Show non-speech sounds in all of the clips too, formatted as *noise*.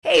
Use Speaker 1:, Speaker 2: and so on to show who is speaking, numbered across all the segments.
Speaker 1: Hey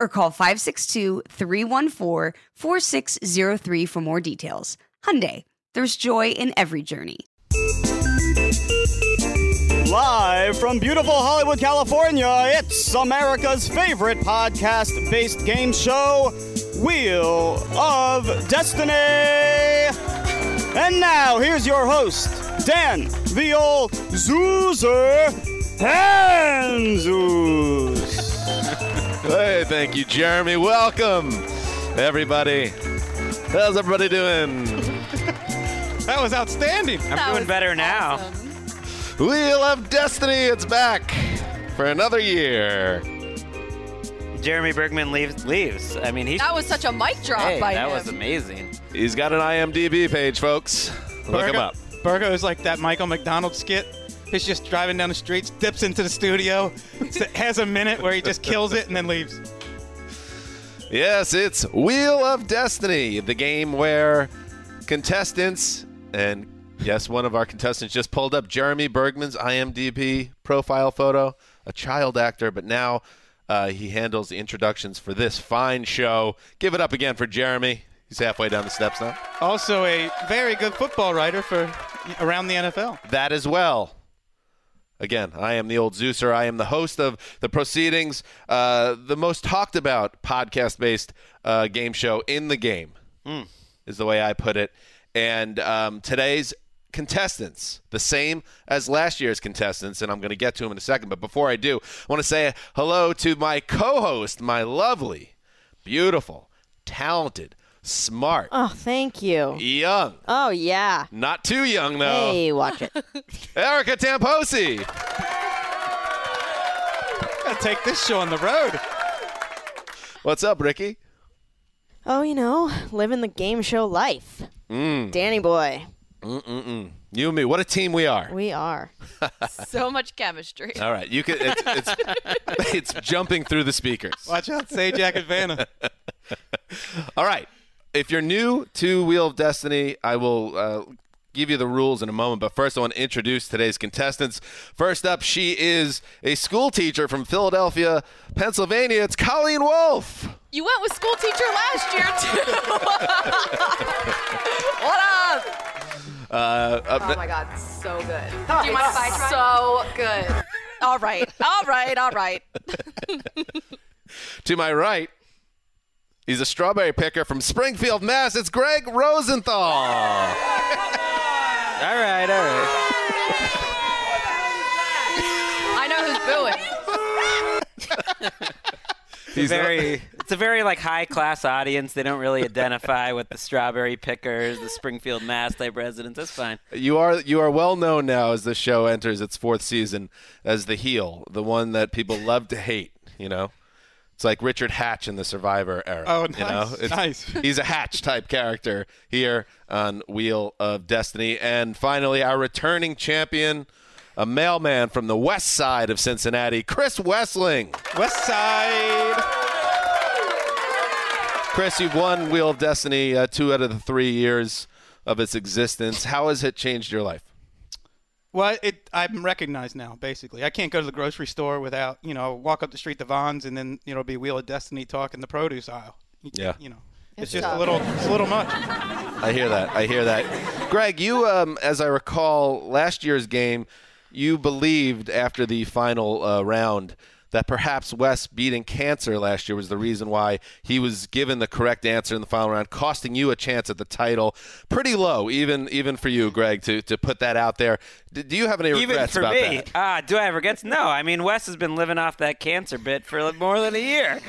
Speaker 1: or call 562-314-4603 for more details. Hyundai, there's joy in every journey.
Speaker 2: Live from beautiful Hollywood, California, it's America's favorite podcast based game show, Wheel of Destiny. And now, here's your host, Dan, the old Zoozer Hanzoos.
Speaker 3: Hey, thank you, Jeremy. Welcome, everybody. How's everybody doing?
Speaker 4: *laughs* That was outstanding. I'm
Speaker 5: That
Speaker 4: doing
Speaker 5: was
Speaker 4: better now.
Speaker 5: awesome.
Speaker 3: Wheel of Destiny, it's back for another year.
Speaker 4: Jeremy Bergman leaves. Leaves. I mean, he's.
Speaker 5: That was such a mic drop
Speaker 4: hey,
Speaker 5: by
Speaker 4: that
Speaker 5: him.
Speaker 4: was amazing.
Speaker 3: He's got an IMDb page, folks. Look him
Speaker 4: Burger-
Speaker 3: up.
Speaker 4: Burgo is like that Michael McDonald skit. He's just driving down the streets, dips into the studio, s- has a minute where he just kills it and then leaves.
Speaker 3: Yes, it's Wheel of Destiny, the game where contestants, and yes, one of our contestants just pulled up Jeremy Bergman's IMDb profile photo, a child actor, but now uh, he handles the introductions for this fine show. Give it up again for Jeremy. He's halfway down the steps now.
Speaker 4: Also, a very good football writer for around the NFL.
Speaker 3: that as well. Again, I am the old Zeuser. I am the host of the proceedings, uh, the most talked about podcast based uh, game show in the game, is the way I put it. And um, today's contestants, the same as last year's contestants, and I'm going to get to them in a second. But before I do, I want to say hello to my co host, my lovely, beautiful, talented, smart,
Speaker 5: Uh.
Speaker 6: Oh, thank you.
Speaker 3: young,
Speaker 6: Oh, yeah.
Speaker 3: not too young though.
Speaker 6: Hey, watch
Speaker 5: *laughs*
Speaker 6: it.
Speaker 3: Erica Tamposi.
Speaker 4: Gotta take this show on the road.
Speaker 3: What's up, Ricky?
Speaker 6: Oh, you know, living the game show life. Danny boy,
Speaker 3: You and me. What a team we are.
Speaker 6: we are.
Speaker 5: so much chemistry.
Speaker 3: All right, you can. It's
Speaker 5: *laughs*
Speaker 3: it's, it's jumping through the speakers.
Speaker 4: Watch out, Sajak and Vanna.
Speaker 3: All right. If you're new to Wheel of Destiny, I will uh, give you the rules in a moment. But first, I want to introduce today's contestants. First up, she is a school teacher from Philadelphia, Pennsylvania. It's Colleen Wolfe.
Speaker 5: You went with school teacher
Speaker 6: *laughs*
Speaker 5: last year too.
Speaker 6: Oh
Speaker 5: what up?
Speaker 3: Uh, up
Speaker 5: Oh my god, so good. Do you mind if I try? So good. All right, all right, all right.
Speaker 3: To my right, he's a strawberry picker from Springfield, Mass. It's Greg Rosenthal.
Speaker 4: All right, all right.
Speaker 5: I know who's booing.
Speaker 4: It's a very, it's a very like high class audience. They don't really identify with the strawberry pickers, the Springfield Mass type residents. That's fine.
Speaker 3: You are you are well known now as the show enters its fourth season as the heel, the one that
Speaker 4: *laughs*
Speaker 3: people love to hate. You know, it's like Richard Hatch in the Survivor era.
Speaker 4: Oh,
Speaker 3: you know?
Speaker 4: nice, nice.
Speaker 3: *laughs* He's a Hatch type character here on Wheel of Destiny, and finally our returning champion, a mailman from the west side of Cincinnati, Chris Wessling.
Speaker 2: West Side.
Speaker 3: Chris, you've won Wheel of Destiny uh, two out of the three years of its existence. How has it changed your life?
Speaker 2: Well, it I'm recognized now. Basically, I can't go to the grocery store without you know walk up the street to Vons and then you know be Wheel of Destiny talk in the produce aisle. You,
Speaker 3: Yeah.
Speaker 2: you know,
Speaker 6: It's
Speaker 2: it's, just
Speaker 6: tough.
Speaker 2: a little it's a little much.
Speaker 3: I hear that. I hear that. Greg, you, um, as I recall, last year's game, you believed after the final uh, round that perhaps Wes beating cancer last year was the reason why he was given the correct answer in the final round, costing you a chance at the title. Pretty low, even even for you, Greg, to, to put that out there. D- do you have any regrets
Speaker 4: Even for
Speaker 3: about
Speaker 4: me,
Speaker 3: that?
Speaker 4: ah, do I have regrets? No, I mean Wes has been living off that cancer bit for like more than a year.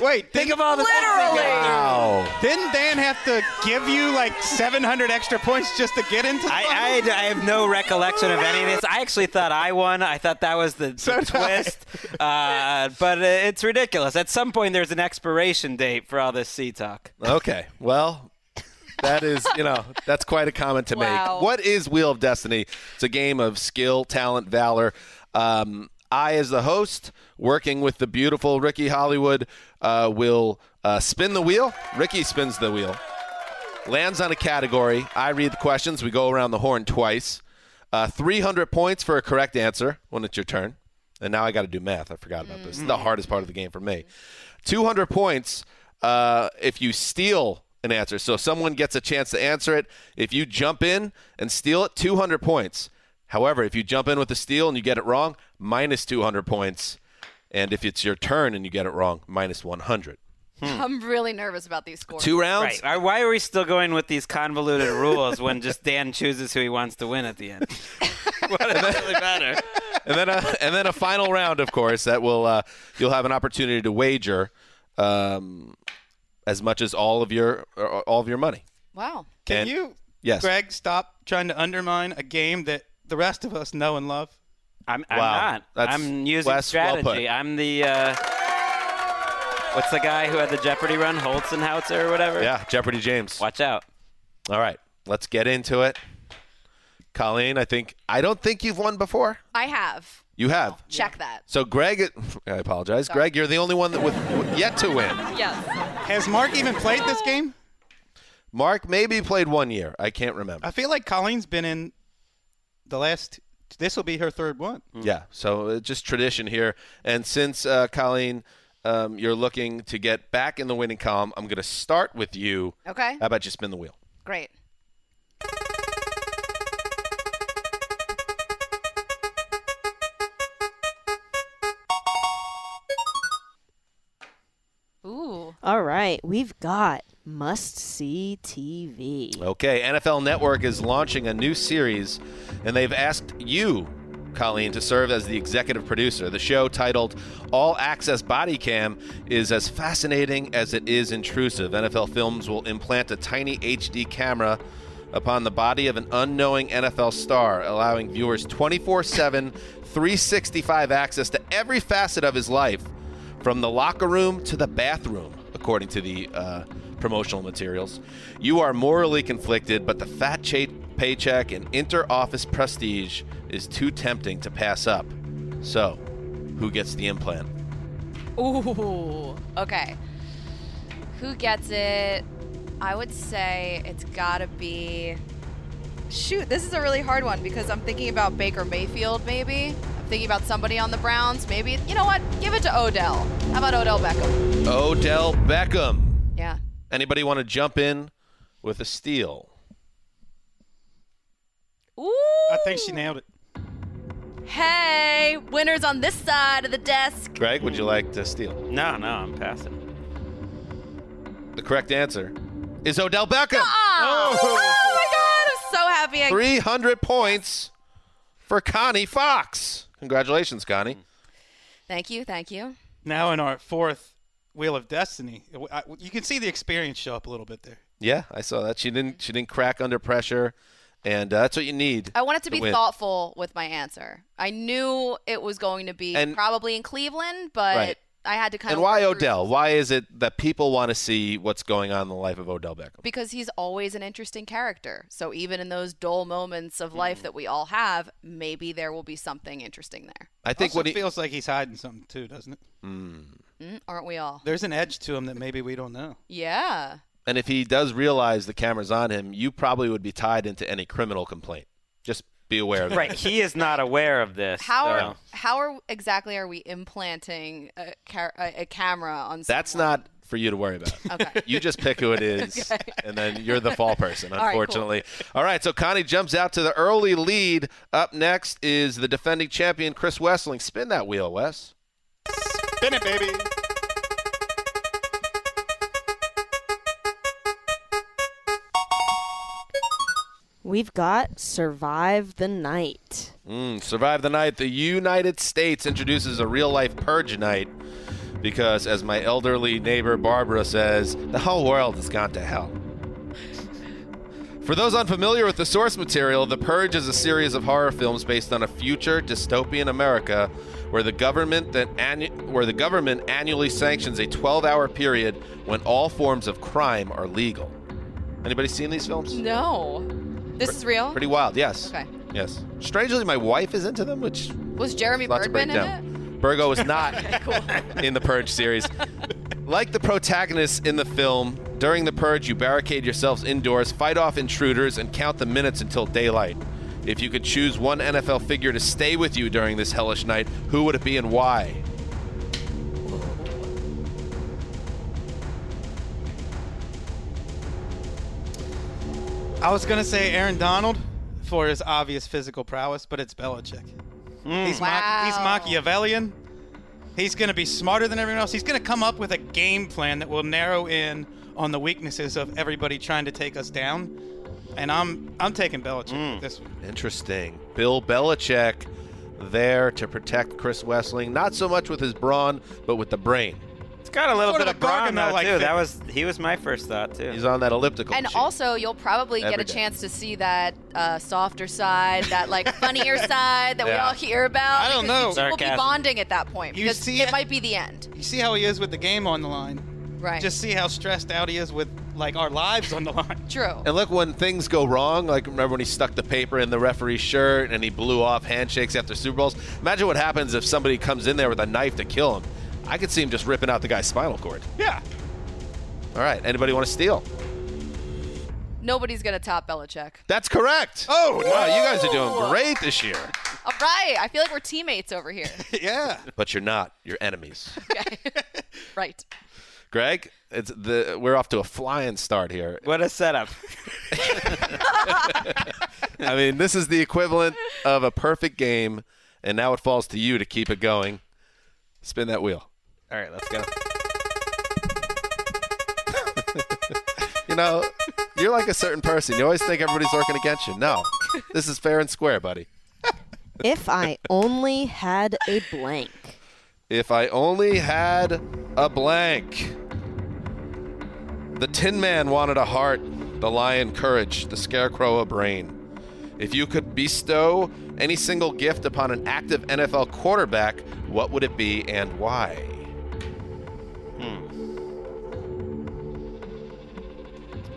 Speaker 2: Wait,
Speaker 4: Think
Speaker 2: didn't,
Speaker 4: of all the literally.
Speaker 3: Wow.
Speaker 2: didn't Dan have to give you like 700 extra points just to get into? The final?
Speaker 4: I, I, I have no recollection of any of this. I actually thought I won. I thought that was the, the
Speaker 2: So did I.
Speaker 4: twist. Uh, but uh, it's ridiculous. At some point, there's an expiration date for all this sea talk.
Speaker 3: Okay. Well, that is, you know, that's quite a comment to
Speaker 5: Wow.
Speaker 3: make. What is Wheel of Destiny? It's a game of skill, talent, valor. Um, I, as the host, working with the beautiful Ricky Hollywood, uh, will uh, spin the wheel. Ricky spins the wheel, lands on a category. I read the questions. We go around the horn twice. Uh, 300 points for a correct answer when it's your turn. And now I got to do math. I forgot about this. This is the hardest part of the game for me. 200 points uh, if you steal an answer. So if someone gets a chance to answer it. If you jump in and steal it, 200 points. However, if you jump in with a steal and you get it wrong, minus 200 points. And if it's your turn and you get it wrong, minus 100.
Speaker 5: I'm really nervous about these scores.
Speaker 3: Two rounds.
Speaker 4: Right. Uh, Why are we still going with these convoluted rules when just Dan chooses who he wants to win at the end? what does it really matter?
Speaker 3: and then a, and then a final round, of course, that will uh, you'll have an opportunity to wager um, as much as all of your or all of your money.
Speaker 5: Wow.
Speaker 2: Can
Speaker 3: And-
Speaker 2: you,
Speaker 3: Yes.
Speaker 2: Greg, stop trying to undermine a game that the rest of us know and love?
Speaker 4: I'm, I'm
Speaker 3: Wow.
Speaker 4: not.
Speaker 3: That's
Speaker 4: I'm using
Speaker 3: Wes, well put.
Speaker 4: strategy. I'm the. Uh, what's the guy who had the Jeopardy run? Holzenhauser or whatever?
Speaker 3: Yeah, Jeopardy James.
Speaker 4: Watch out.
Speaker 3: All right, let's get into it. Colleen, I think I don't think you've won before.
Speaker 5: I have.
Speaker 3: You have.
Speaker 5: Check that.
Speaker 3: So Greg, I apologize, Greg. You're the only one that with yet to win.
Speaker 5: Yes.
Speaker 2: Has Mark even played this game?
Speaker 3: Mark maybe played one year. I can't remember.
Speaker 2: I feel like Colleen's been in the last. This will be her third one.
Speaker 3: Yeah. So uh, just tradition here. And since uh, Colleen, um, you're looking to get back in the winning column, I'm going to start with you.
Speaker 5: Okay.
Speaker 3: How about you spin the wheel?
Speaker 5: Great. Ooh.
Speaker 6: All right, we've got must see TV.
Speaker 3: Okay, NFL Network is launching a new series, and they've asked you, Colleen, to serve as the executive producer. The show, titled All Access Body Cam, is as fascinating as it is intrusive. NFL Films will implant a tiny HD camera upon the body of an unknowing NFL star, allowing viewers 24 7, 365 access to every facet of his life, from the locker room to the bathroom, according to the uh, promotional materials. You are morally conflicted, but the fat cha- paycheck and inter office prestige is too tempting to pass up. So, who gets the implant?
Speaker 5: Ooh. Okay. Who gets it? I would say it's gotta be. Shoot, this is a really hard one because I'm thinking about Baker Mayfield, maybe. I'm thinking about somebody on the Browns, maybe. You know what? Give it to Odell. How about Odell Beckham?
Speaker 3: Odell Beckham.
Speaker 5: Yeah.
Speaker 3: Anybody want to jump in with a steal?
Speaker 5: Ooh.
Speaker 2: I think she nailed it.
Speaker 5: Hey, winners on this side of the desk.
Speaker 3: Greg, would you like to steal?
Speaker 4: No, no, I'm passing.
Speaker 3: The correct answer is Odell Beckham.
Speaker 5: Ah! Oh. my God! I'm so happy. I-
Speaker 3: 300 points for Connie Fox. Congratulations, Connie.
Speaker 5: thank you, thank you.
Speaker 2: Now in our fourth Wheel of Destiny, I- you can see the experience show up a little bit there.
Speaker 3: Yeah, I saw that. She didn't. She didn't crack under pressure, and uh, that's what you need.
Speaker 5: I wanted to be
Speaker 3: win.
Speaker 5: thoughtful with my answer. I knew it was going to be
Speaker 3: And-
Speaker 5: probably in Cleveland, but
Speaker 3: Right.
Speaker 5: I had to kind
Speaker 3: And
Speaker 5: of.
Speaker 3: why
Speaker 5: work through-
Speaker 3: Odell? Why is it that people want to see what's going on in the life of Odell Beckham?
Speaker 5: Because he's always an interesting character. So even in those dull moments of
Speaker 3: Mm.
Speaker 5: life that we all have, maybe there will be something interesting there.
Speaker 3: I think
Speaker 2: Also
Speaker 3: what he
Speaker 2: feels like he's hiding something too, doesn't it?
Speaker 5: Mm, aren't we all?
Speaker 2: There's an edge to him that maybe we don't know.
Speaker 5: Yeah.
Speaker 3: and if he does realize the camera's on him, you probably would be tied into any criminal complaint. Just be aware of that.
Speaker 4: Right, *laughs* he is not aware of this.
Speaker 5: How
Speaker 4: so-
Speaker 5: are, how are exactly are we implanting a, ca- a, a camera on?
Speaker 3: That's
Speaker 5: someone?
Speaker 3: not for you to worry about.
Speaker 5: Okay.
Speaker 3: You just pick who it
Speaker 5: *laughs*
Speaker 3: is, and then you're the fall person,
Speaker 5: right, cool.
Speaker 3: unfortunately. All right, so Connie jumps out to the early lead. Up next is the defending champion, Chris Wessling. Spin that wheel, Wes.
Speaker 2: Spin it, baby.
Speaker 6: We've got Survive the Night.
Speaker 3: Mm, survive the night. The United States introduces a real life purge night because, as my elderly neighbor Barbara says, the whole world has gone to hell. For those unfamiliar with the source material, The Purge is a series of horror films based on a future dystopian America where the government that annu- where the government annually sanctions a 12-hour period when all forms of crime are legal. Anybody seen these films?
Speaker 5: No. This is real.
Speaker 3: Pretty wild, yes.
Speaker 5: Okay.
Speaker 3: Yes. Strangely, my wife is into them, which
Speaker 5: Was Jeremy
Speaker 3: Lots of
Speaker 5: Bergman in it?
Speaker 3: breakdown. Burgo
Speaker 5: *laughs*
Speaker 3: is not in the Purge series. Like the protagonists in the film, during the Purge, you barricade yourselves indoors, fight off intruders, and count the minutes until daylight. If you could choose one NFL figure to stay with you during this hellish night, who would it be and why?
Speaker 2: I was gonna say Aaron Donald for his obvious physical prowess, but it's Belichick. He's,
Speaker 5: Wow.
Speaker 2: he's Machiavellian. He's gonna be smarter than everyone else. He's gonna come up with a game plan that will narrow in on the weaknesses of everybody trying to take us down. And I'm I'm taking Belichick with this one.
Speaker 3: Interesting. Bill Belichick there to protect Chris Wessling, not so much with his brawn, but with the brain.
Speaker 4: It's got a little
Speaker 2: Sort
Speaker 4: bit
Speaker 2: of
Speaker 4: of,
Speaker 2: a
Speaker 4: brawn
Speaker 2: Gargamel
Speaker 4: though
Speaker 2: like
Speaker 4: too.
Speaker 2: thing.
Speaker 4: That was he was my first thought too.
Speaker 3: He's on that elliptical.
Speaker 5: And
Speaker 3: machine.
Speaker 5: also, you'll probably get
Speaker 3: Every
Speaker 5: a
Speaker 3: day.
Speaker 5: chance to see that uh, softer side, that like funnier side that we
Speaker 3: Yeah.
Speaker 5: all hear about.
Speaker 2: I don't
Speaker 5: because
Speaker 2: know.
Speaker 5: You two will be
Speaker 4: Sarcasm.
Speaker 5: bonding at that point
Speaker 2: You
Speaker 5: because
Speaker 2: see
Speaker 5: it
Speaker 2: it-
Speaker 5: might be the end.
Speaker 2: You see how he is with the game on the line.
Speaker 5: Right.
Speaker 2: Just see how stressed out he is with like our lives on the line.
Speaker 5: true.
Speaker 3: And look, when things go wrong, like remember when he stuck the paper in the referee's shirt and he blew off handshakes after Super Bowls? Imagine what happens if somebody comes in there with a knife to kill him. I could see him just ripping out the guy's spinal cord.
Speaker 2: Yeah.
Speaker 3: All right, anybody want to steal?
Speaker 5: Nobody's gonna top Belichick.
Speaker 3: That's correct. Oh, wow, you guys are doing great this year.
Speaker 5: All right. I feel like we're teammates
Speaker 3: *laughs*
Speaker 5: over here.
Speaker 2: Yeah.
Speaker 3: But you're not. You're enemies.
Speaker 5: right.
Speaker 3: Greg, it's the we're off to a flying start here.
Speaker 4: what a setup.
Speaker 3: I mean, this is the equivalent of a perfect game, and now it falls to you to keep it going. Spin that wheel.
Speaker 4: All right, let's go.
Speaker 3: *laughs* You know, you're like a certain person. You always think everybody's working against you. No, this is fair and square, buddy.
Speaker 6: If I only had a blank.
Speaker 3: If I only had a blank. The Tin Man wanted a heart, the Lion courage, the Scarecrow a brain. If you could bestow any single gift upon an active NFL quarterback, what would it be and why?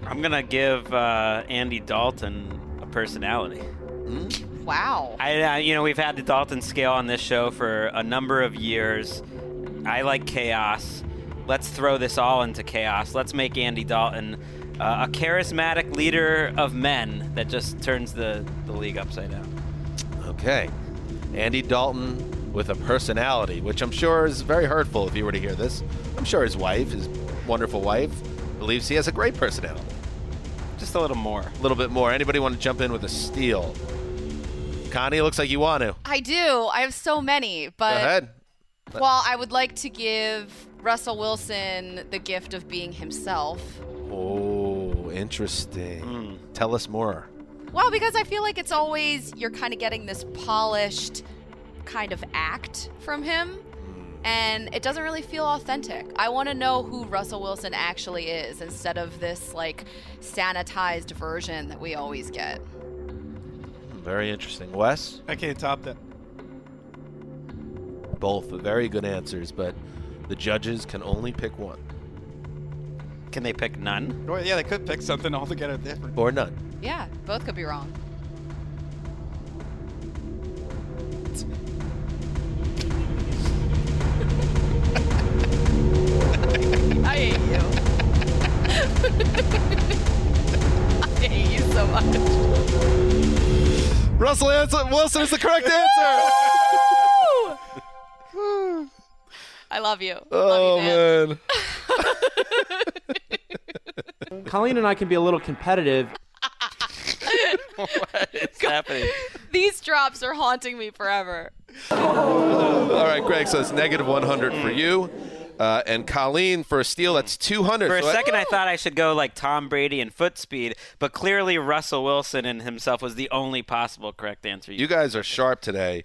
Speaker 4: I'm gonna give uh, Andy Dalton a personality.
Speaker 5: Wow.
Speaker 4: I, I, you know, we've had the Dalton scale on this show for a number of years. I like chaos. Let's throw this all into chaos. Let's make Andy Dalton uh, a charismatic leader of men that just turns the, the league upside down.
Speaker 3: Okay. Andy Dalton with a personality, which I'm sure is very hurtful if you were to hear this. I'm sure his wife, his wonderful wife, believes he has a great personality.
Speaker 4: Just a little more.
Speaker 3: A little bit more. Anybody want to jump in with a steal? Connie, looks like you want to.
Speaker 5: I do. I have so many,
Speaker 3: Go
Speaker 5: but
Speaker 3: ahead.
Speaker 5: well, I would like to give Russell Wilson the gift of being himself.
Speaker 3: Oh, interesting. Tell us more.
Speaker 5: Well, because I feel like it's always you're kind of getting this polished kind of act from *laughs* him, and it doesn't really feel authentic. I want to know who Russell Wilson actually is instead of this like sanitized version that we always get.
Speaker 3: Hmm, Very interesting. Wes?
Speaker 2: I can't top that.
Speaker 3: Both very good answers, but The judges can only pick one
Speaker 4: Can they pick none?
Speaker 2: Or, yeah, they could pick something altogether different.
Speaker 3: or none.
Speaker 5: Yeah, both could be wrong. I hate you. *laughs* I hate you so much.
Speaker 3: Russell Anson- Wilson is the *laughs* correct answer.
Speaker 5: I love you.
Speaker 3: oh
Speaker 5: love you, Dan.
Speaker 3: man.
Speaker 7: Colleen and I can be a little
Speaker 4: *laughs*
Speaker 7: competitive.
Speaker 4: It's happening.
Speaker 5: These drops are haunting me forever.
Speaker 3: *laughs* All right, Greg. So it's negative 100 for you, uh, and Colleen for a steal. That's 200.
Speaker 4: For a
Speaker 3: So uh, I-
Speaker 4: second, I thought I should go like Tom Brady and foot speed, but clearly Russell Wilson and himself was the only possible correct answer.
Speaker 3: you guys are sharp *laughs* today.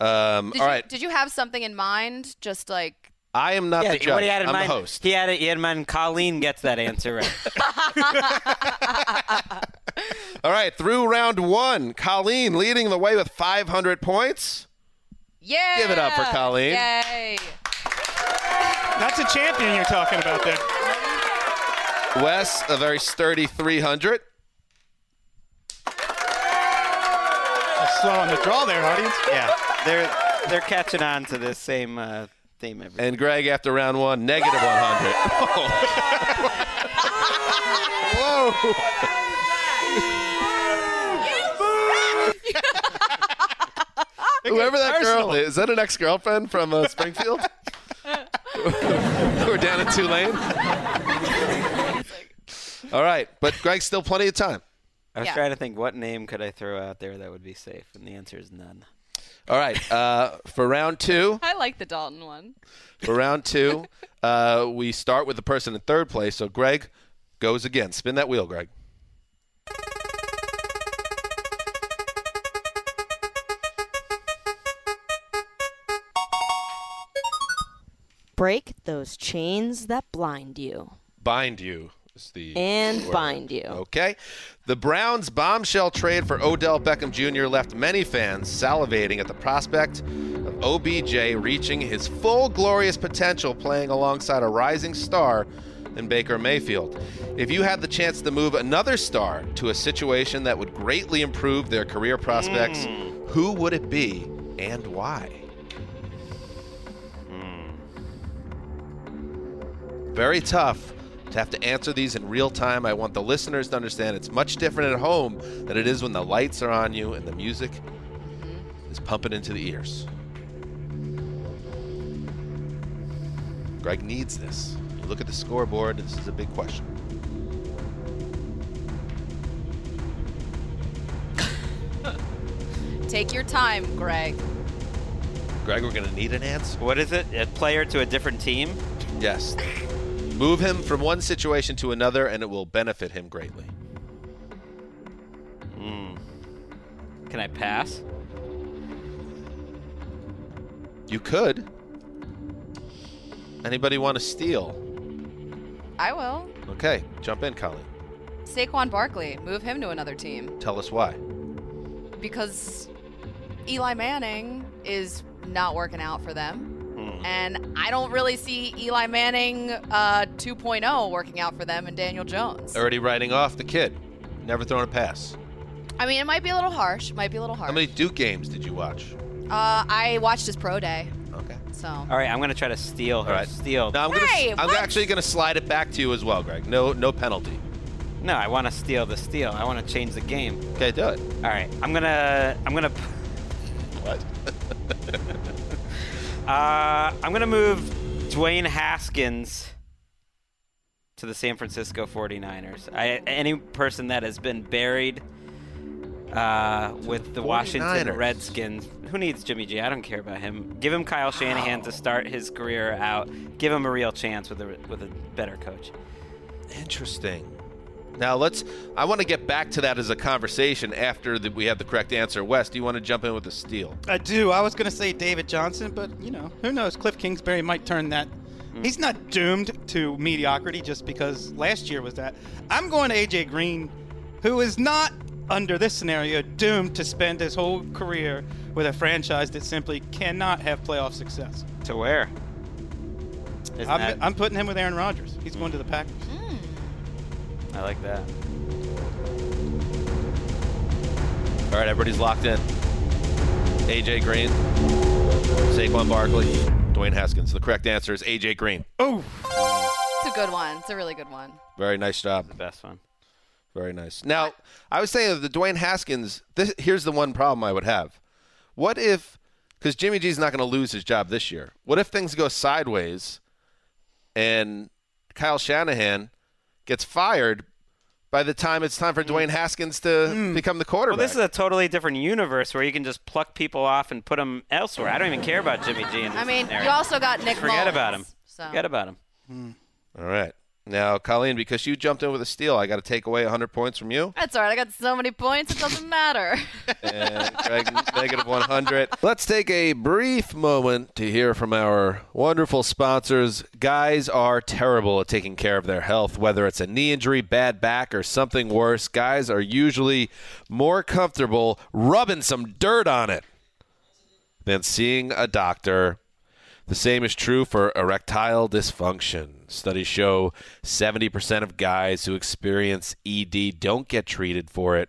Speaker 3: Um,
Speaker 5: Did
Speaker 3: all
Speaker 5: you,
Speaker 3: right,
Speaker 5: Did you have something in mind? Just like
Speaker 3: I am not
Speaker 4: yeah,
Speaker 3: the
Speaker 4: what
Speaker 3: judge.
Speaker 4: he had in
Speaker 3: I'm
Speaker 4: mind,
Speaker 3: the host.
Speaker 4: He had it. He had in mind. Colleen gets that answer
Speaker 3: *laughs*
Speaker 4: right.
Speaker 3: All right, through round one, Colleen leading the way with 500 points.
Speaker 5: Yeah.
Speaker 3: Give it up for Colleen.
Speaker 5: Yay.
Speaker 2: That's a champion you're talking about there.
Speaker 3: Wes, a very sturdy 300.
Speaker 2: Slow on the draw there, audience.
Speaker 4: yeah, they're they're catching on to this same uh, theme every.
Speaker 3: And Greg, after round one, negative 100. Whoa. Whoever that girl is, is that an ex girlfriend from uh, Springfield? *laughs* We're down in Tulane. All right, but Greg's still plenty of time.
Speaker 4: I was
Speaker 5: Yeah.
Speaker 4: trying to think what name could I throw out there that would be safe, and the answer is none.
Speaker 3: All right, uh, for round two,
Speaker 5: I like the Dalton one.
Speaker 3: For round two, uh, we start with the person in third place. So Greg goes again. Spin that wheel, Greg.
Speaker 6: Break those chains that blind you
Speaker 3: Bind you is the
Speaker 6: and bind you.
Speaker 3: okay. The Browns' bombshell trade for Odell Beckham Jr. left many fans salivating at the prospect of OBJ reaching his full glorious potential playing alongside a rising star in Baker Mayfield. If you had the chance to move another star to a situation that would greatly improve their career prospects, who would it be and why? very tough to have to answer these in real time. I want the listeners to understand it's much different at home than it is when the lights are on you and the music is pumping into the ears. Greg needs this. You look at the scoreboard, this is a big question.
Speaker 5: Take your time, Greg.
Speaker 3: Greg, we're going to need an answer.
Speaker 4: What is it? A player to a different team?
Speaker 3: Yes. Move him from one situation to another, and it will benefit him greatly.
Speaker 4: Can I pass?
Speaker 3: You could. Anybody want to steal?
Speaker 5: I will.
Speaker 3: Okay, jump in, Colleen.
Speaker 5: Saquon Barkley, move him to another team
Speaker 3: Tell us why.
Speaker 5: because Eli Manning is not working out for them.
Speaker 3: Hmm.
Speaker 5: And I don't really see Eli Manning uh, 2.0 working out for them and Daniel Jones.
Speaker 3: already writing off the kid. Never thrown a pass.
Speaker 5: I mean, it might be a little harsh. Might be a little harsh.
Speaker 3: How many Duke games did you watch?
Speaker 5: uh, I watched his pro day,
Speaker 3: Okay.
Speaker 5: so.
Speaker 4: All right, I'm gonna try to steal her.
Speaker 3: All right.
Speaker 4: Steal.
Speaker 3: Now I'm gonna.
Speaker 5: Hey,
Speaker 3: I'm
Speaker 5: what?
Speaker 3: actually gonna slide it back to you as well, Greg. No, no penalty.
Speaker 4: No, I want to steal the steal. I want to change the game.
Speaker 3: Okay, do it.
Speaker 4: All right, I'm gonna, I'm gonna,
Speaker 3: What?
Speaker 4: *laughs* uh, I'm gonna move Dwayne Haskins to the San Francisco 49ers. I, any person that has been buried uh, with the Washington
Speaker 3: 49ers.
Speaker 4: Redskins, who needs Jimmy G? I don't care about him. Give him Kyle Shanahan to start his career out. Give him a real chance with a with a better coach.
Speaker 3: Interesting. Now let's. I want to get back to that as a conversation after the, we have the correct answer. Wes, do you want to jump in with a steal?
Speaker 2: I do. I was going to say David Johnson, but, you know, who knows? Cliff Kingsbury might turn that. He's not doomed to mediocrity just because last year was that. I'm going to AJ Green, who is not, under this scenario, doomed to spend his whole career with a franchise that simply cannot have playoff success.
Speaker 4: To where? Isn't
Speaker 2: I'm,
Speaker 4: that-
Speaker 2: I'm putting him with Aaron Rodgers. He's going to the Packers.
Speaker 4: I like that.
Speaker 3: All right, everybody's locked in. AJ Green, Saquon Barkley, Dwayne Haskins. The correct answer is AJ Green.
Speaker 2: Oh,
Speaker 5: It's a good one. It's a really good one.
Speaker 3: Very nice job.
Speaker 4: Best one.
Speaker 3: Very nice. Now, I was saying of the Dwayne Haskins. This here's the one problem I would have. What if, because Jimmy G's not going to lose his job this year. What if things go sideways, and Kyle Shanahan gets fired by the time it's time for Dwayne Haskins to become the quarterback?
Speaker 4: Mm. Well, this is a totally different universe where you can just pluck people off and put them elsewhere. I don't even care about Jimmy G. In this
Speaker 5: I mean,
Speaker 4: scenario.
Speaker 5: you also got Nick.
Speaker 4: forget
Speaker 5: Mullins,
Speaker 4: about him.
Speaker 5: So.
Speaker 4: Forget about him.
Speaker 3: All right. Now, Colleen, because you jumped in with a steal, I got to take away 100 points from you.
Speaker 5: That's all right. I got so many points. It doesn't matter.
Speaker 3: And Greg, negative 100. Let's take a brief moment to hear from our wonderful sponsors. Guys are terrible at taking care of their health, whether it's a knee injury, bad back, or something worse. Guys are usually more comfortable rubbing some dirt on it than seeing a doctor. The same is true for erectile dysfunction. Studies show 70% of guys who experience ED don't get treated for it.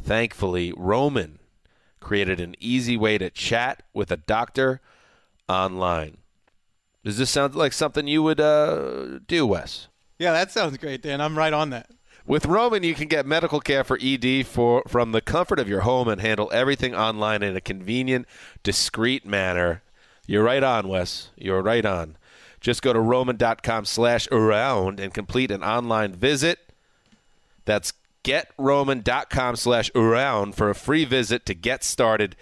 Speaker 3: Thankfully, Roman created an easy way to chat with a doctor online. Does this sound like something you would uh, do, Wes?
Speaker 2: yeah, that sounds great, Dan. I'm right on that.
Speaker 3: With Roman, you can get medical care for ED for, from the comfort of your home and handle everything online in a convenient, discreet manner. You're right on, Wes. You're right on. Just go to roman.com slash around and complete an online visit. That's getroman.com slash around for a free visit to get started.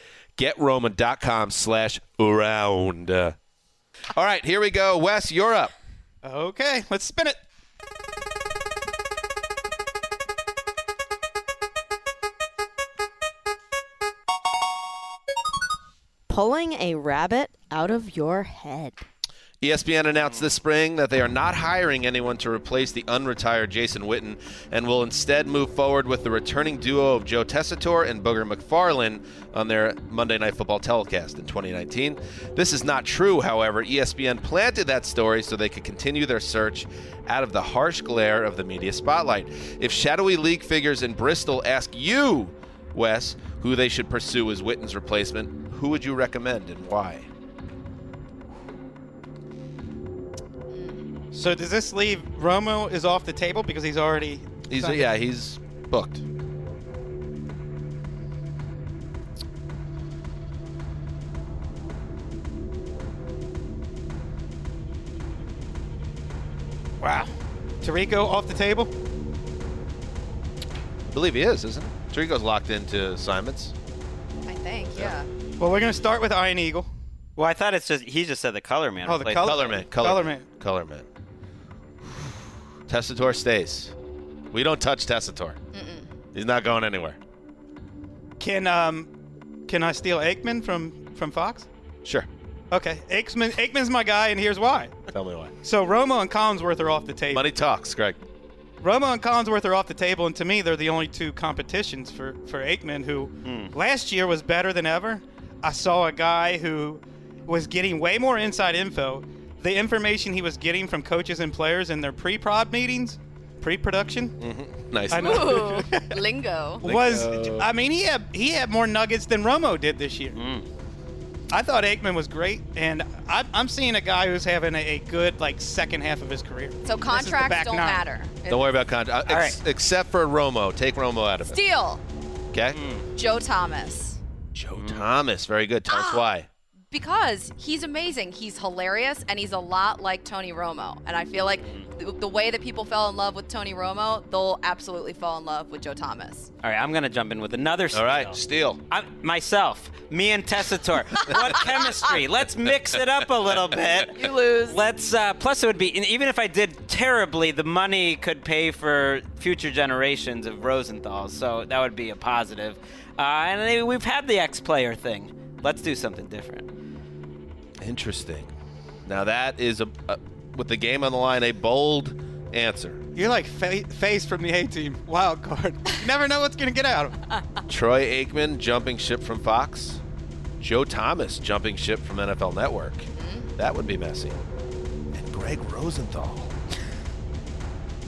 Speaker 3: Getroman.com slash around. Uh, All right, here we go. Wes, you're up.
Speaker 2: Okay, let's spin it.
Speaker 6: *laughs* Pulling a rabbit out of your head.
Speaker 3: ESPN announced this spring that they are not hiring anyone to replace the unretired Jason Witten and will instead move forward with the returning duo of Joe Tessitore and Booger McFarlane on their Monday Night Football telecast in 2019. This is not true, however. E ESPN planted that story so they could continue their search out of the harsh glare of the media spotlight. If shadowy league figures in Bristol ask you, Wes, who they should pursue as Witten's replacement, who would you recommend and why?
Speaker 2: So does this leave Romo is off the table because he's already?
Speaker 3: He's
Speaker 2: signed?
Speaker 3: yeah, he's booked.
Speaker 2: Wow. Tarico off the table.
Speaker 3: I believe he is, isn't he? Trigo's locked into assignments.
Speaker 5: I think. Yeah.
Speaker 2: Well, we're gonna start with Iron Eagle.
Speaker 4: Well, I thought it's just he just said the color man.
Speaker 2: Oh, the
Speaker 4: replaced-
Speaker 2: color-
Speaker 3: Color man. Color, man. Color man. Testator stays. We don't touch Testator. He's not going anywhere.
Speaker 2: Can um, can I steal Aikman from from Fox?
Speaker 3: Sure.
Speaker 2: Okay, Aikman Aikman's my guy, and here's why.
Speaker 3: Tell
Speaker 2: *laughs*
Speaker 3: me why.
Speaker 2: So Romo and Collinsworth are off the table.
Speaker 3: Money talks, Greg.
Speaker 2: Romo and Collinsworth are off the table, and to me, they're the only two competitions for for Aikman, who last year was better than ever. I saw a guy who was getting way more inside info. The information he was getting from coaches and players in their pre-prod meetings, pre-production,
Speaker 3: Nice.
Speaker 2: I know.
Speaker 5: Ooh, Oh, lingo.
Speaker 2: was I mean he had he had more nuggets than Romo did this year. I thought Aikman was great, and I, I'm seeing a guy who's having a, a good like second half of his career.
Speaker 5: So
Speaker 2: This is the
Speaker 5: contracts
Speaker 2: back
Speaker 5: don't
Speaker 2: nine.
Speaker 5: matter. It's
Speaker 3: Don't worry about contract.
Speaker 4: right.
Speaker 3: Except for Romo. Take Romo out of it.
Speaker 5: Steal
Speaker 3: Okay?
Speaker 2: Mm.
Speaker 5: Joe Thomas
Speaker 3: Joe Thomas. Very good. Tell us why.
Speaker 5: because he's amazing. He's hilarious and he's a lot like Tony Romo. And I feel like th- the way that people fell in love with Tony Romo, they'll absolutely fall in love with Joe Thomas.
Speaker 4: All right, I'm gonna jump in with another. Steal.
Speaker 3: All right. Steal.
Speaker 4: I'm, myself, me and Tessator.
Speaker 2: *laughs*
Speaker 4: what chemistry? Let's mix it up a little bit.
Speaker 5: You lose.
Speaker 4: Let's. Uh, plus, it would be and even if I did terribly, the money could pay for future generations of Rosenthal's. So that would be a positive. Uh, and then we've had the ex-player thing. Let's do something different.
Speaker 3: Interesting. Now, that is, a, a with the game on the line, a bold answer.
Speaker 2: You're like fa- face from the A team, wild
Speaker 5: *laughs*
Speaker 2: card. You never know what's gonna get out of him.
Speaker 3: Troy Aikman jumping ship from Fox. Joe Thomas jumping ship from NFL Network. That would be messy. And Greg Rosenthal.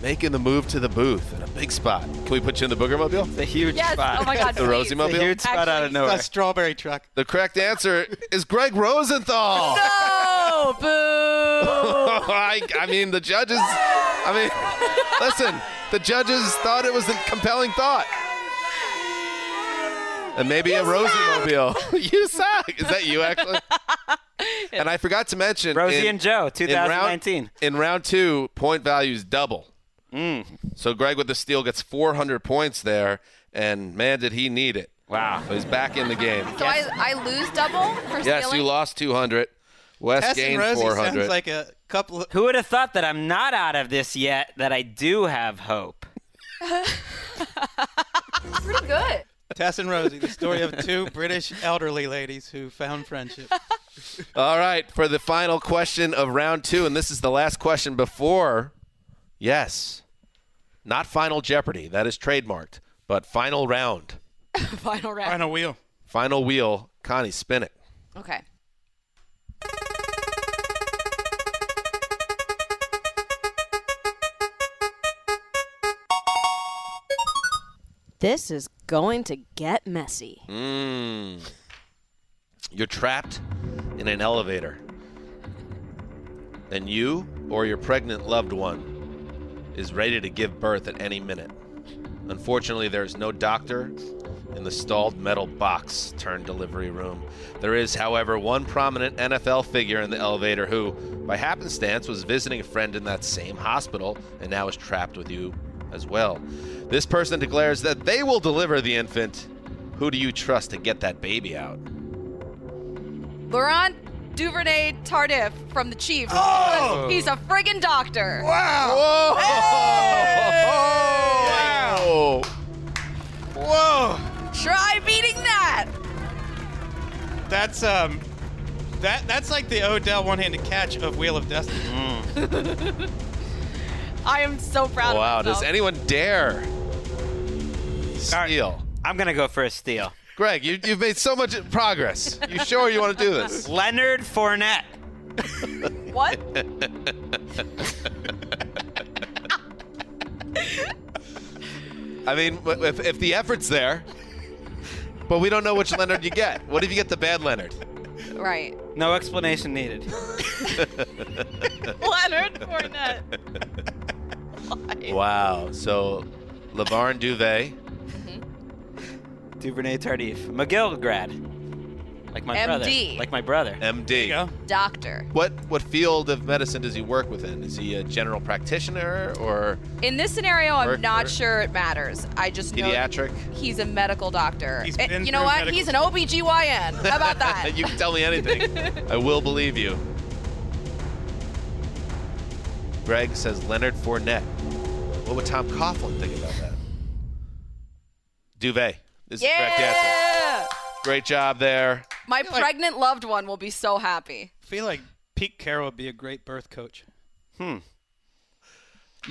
Speaker 3: Making the move to the booth in a big spot. Can we put you in the Booger Mobile?
Speaker 4: The huge
Speaker 5: Yes,
Speaker 4: spot.
Speaker 5: oh my God,
Speaker 3: The
Speaker 5: please.
Speaker 3: Rosie Mobile?
Speaker 4: *laughs* The huge spot out of
Speaker 5: Actually-
Speaker 4: nowhere.
Speaker 2: A strawberry truck.
Speaker 3: The correct answer is Greg Rosenthal.
Speaker 5: No, boo!
Speaker 3: *laughs* I, I mean, the judges. I mean, listen, the judges thought it was a compelling thought. And maybe a Rosie mobile. *laughs* you suck. Is that you, actually?
Speaker 5: *laughs*
Speaker 3: and I forgot to mention
Speaker 4: Rosie
Speaker 3: in-
Speaker 4: and Joe,
Speaker 3: in round-
Speaker 4: 2019.
Speaker 3: In round, two, point values double.
Speaker 4: Mm.
Speaker 3: So Greg with the steal gets 400 points there, and man, did he need it.
Speaker 4: Wow.
Speaker 3: So he's back in the game.
Speaker 5: so I, I lose double for
Speaker 3: Yes,
Speaker 5: stealing?
Speaker 3: you lost 200. West
Speaker 2: Tess and
Speaker 3: gained
Speaker 2: Rosie
Speaker 3: 400.
Speaker 2: sounds like a couple. Of,
Speaker 4: Who would have thought that I'm not out of this yet, that I do have hope?
Speaker 5: Pretty good.
Speaker 2: Tess and Rosie, the story of two British elderly ladies who found
Speaker 5: *laughs*
Speaker 2: friendship.
Speaker 3: All right, for the final question of round two, and this is the last question before. Yes, not Final Jeopardy. That is trademarked, but final round,
Speaker 5: Final round.
Speaker 2: Final wheel.
Speaker 3: final wheel. Connie, spin it.
Speaker 5: Okay.
Speaker 6: This is going to get messy.
Speaker 3: Mm. You're trapped in an elevator, and you or your pregnant loved one is ready to give birth at any minute. Unfortunately, there is no doctor in the stalled metal box turned delivery room. There is, however, one prominent NFL figure in the elevator who, by happenstance, was visiting a friend in that same hospital and now is trapped with you as well. This person declares that they will deliver the infant. Who do you trust to get that baby out?
Speaker 5: Laurent Duvernay Tardif from the Chiefs.
Speaker 3: Oh!
Speaker 5: He's a friggin' doctor.
Speaker 3: Whoa! Wow!
Speaker 2: Whoa!
Speaker 5: Try beating that.
Speaker 2: That's um, that that's like the Odell one-handed catch of Wheel of Destiny.
Speaker 5: I am so proud
Speaker 3: Wow,
Speaker 5: of myself.
Speaker 3: does anyone dare
Speaker 4: right.
Speaker 3: steal?
Speaker 4: I'm going to go for a steal.
Speaker 3: Greg, you, you've made so much progress. You sure you want to do this?
Speaker 4: Leonard Fournette.
Speaker 5: what?
Speaker 3: I mean, w- if, if the effort's there, but we don't know which Leonard you get. What if you get the bad Leonard?
Speaker 5: Right.
Speaker 4: No explanation needed.
Speaker 5: Leonard Fournette.
Speaker 3: Wow. So, LeVarn Duvet.
Speaker 4: Duvernay Tardif. McGill grad. Like my
Speaker 5: MD.
Speaker 4: brother. Like my brother.
Speaker 2: Uh,
Speaker 3: MD.
Speaker 2: There you go.
Speaker 5: Doctor.
Speaker 3: What what field of medicine does he work within? Is he a general practitioner or
Speaker 5: In this scenario, I'm
Speaker 3: Work
Speaker 5: not
Speaker 3: for-
Speaker 5: sure it matters. I just know that
Speaker 3: pediatric?
Speaker 5: he's a medical doctor.
Speaker 2: He's
Speaker 5: And
Speaker 2: been
Speaker 5: you know
Speaker 2: through
Speaker 5: what?
Speaker 2: medical-
Speaker 5: He's an OBGYN.
Speaker 2: *laughs*
Speaker 5: How about that?
Speaker 3: you can tell me anything. I will believe you. Greg says Leonard Fournette. What would Tom Coughlin think about that? Duvet is the correct answer.
Speaker 5: yeah.
Speaker 3: Great job there.
Speaker 5: My
Speaker 2: like-
Speaker 5: pregnant loved one will be so happy.
Speaker 2: I feel like Pete Carroll would be a great birth coach.
Speaker 3: You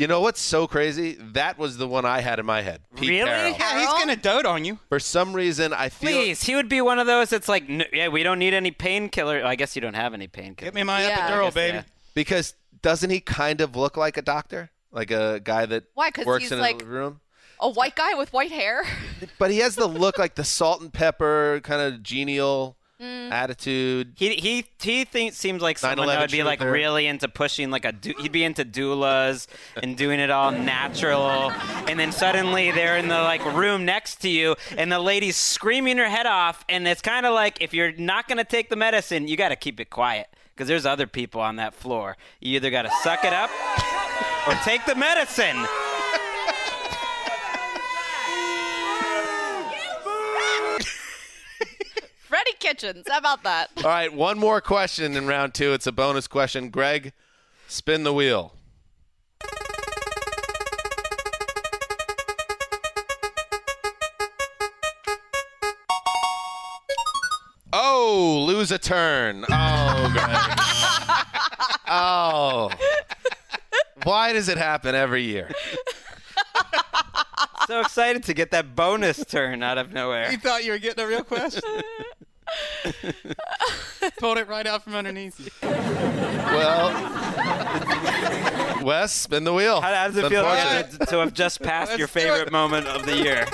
Speaker 3: know what's so crazy? That was the one I had in my head. Pete
Speaker 4: Really?
Speaker 3: Carroll.
Speaker 2: Yeah, he's
Speaker 5: Carroll?
Speaker 2: gonna dote on you.
Speaker 3: For some reason, I feel
Speaker 4: Please, he would be one of those that's like, "N- yeah, we don't need any painkiller. I guess you don't have any painkiller.
Speaker 2: Get me my
Speaker 5: Yeah.
Speaker 4: I
Speaker 2: epidural,
Speaker 4: guess,
Speaker 2: baby.
Speaker 4: yeah.
Speaker 3: because doesn't he kind of look like a doctor, like a guy that
Speaker 5: Why? 'Cause
Speaker 3: works
Speaker 5: he's
Speaker 3: in
Speaker 5: like-
Speaker 3: a room?
Speaker 5: A white guy with white hair. *laughs*
Speaker 3: But he has the look like the salt and pepper kind of genial attitude.
Speaker 4: He he he thinks seems like someone that
Speaker 3: 9/11
Speaker 4: would be like
Speaker 3: truther.
Speaker 4: really into pushing like a dou- he'd be into doulas and doing it all natural, and then suddenly they're in the like room next to you, and the lady's screaming her head off, and it's kind of like if you're not gonna take the medicine, you got to keep it quiet because there's other people on that floor. You either got to suck it up or take the medicine.
Speaker 5: Freddie Kitchens. How about that?
Speaker 3: All right, one more question in round two. It's a bonus question. Greg, spin the wheel. Oh, lose a turn. Oh, Greg. oh. Why does it happen every year?
Speaker 4: So excited to get that bonus turn out of nowhere.
Speaker 5: *laughs*
Speaker 2: thought you were getting a real question. Pulled it right out from underneath you.
Speaker 3: Well, Wes, spin the wheel.
Speaker 4: How, how does it
Speaker 3: It's
Speaker 4: feel
Speaker 3: unfortunate.
Speaker 4: to, to have just passed your favorite moment of the year?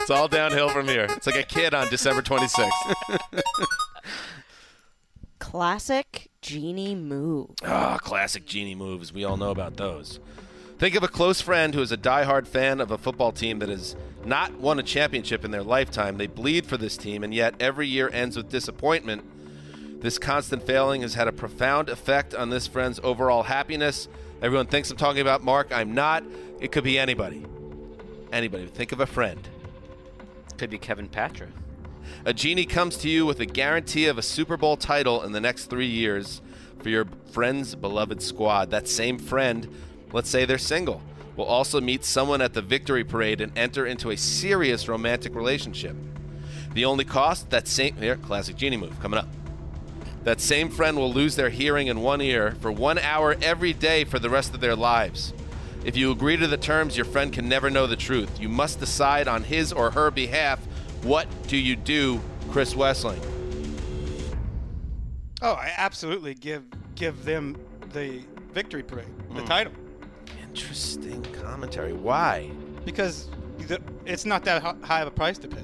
Speaker 3: It's all downhill from here. It's like a kid on December 26th.
Speaker 6: Classic genie move.
Speaker 3: Ah, classic genie moves. We all know about those. Think of a close friend who is a diehard fan of a football team that has not won a championship in their lifetime. They bleed for this team, and yet every year ends with disappointment. This constant failing has had a profound effect on this friend's overall happiness. Everyone thinks I'm talking about Mark. I'm not. It could be anybody. Anybody. Think of a friend.
Speaker 4: Could be Kevin Patra.
Speaker 3: A genie comes to you with a guarantee of a Super Bowl title in the next three years for your friend's beloved squad. That same friend, let's say they're single, will also meet someone at the victory parade and enter into a serious romantic relationship. The only cost that same here classic genie move coming up. That same friend will lose their hearing in one ear for one hour every day for the rest of their lives. If you agree to the terms, your friend can never know the truth. You must decide on his or her behalf. What do you do, Chris Wessling?
Speaker 2: Oh, I absolutely give give them the victory parade, the title,
Speaker 3: Interesting commentary. Why?
Speaker 2: because the, it's not that hi- high of a price to pay.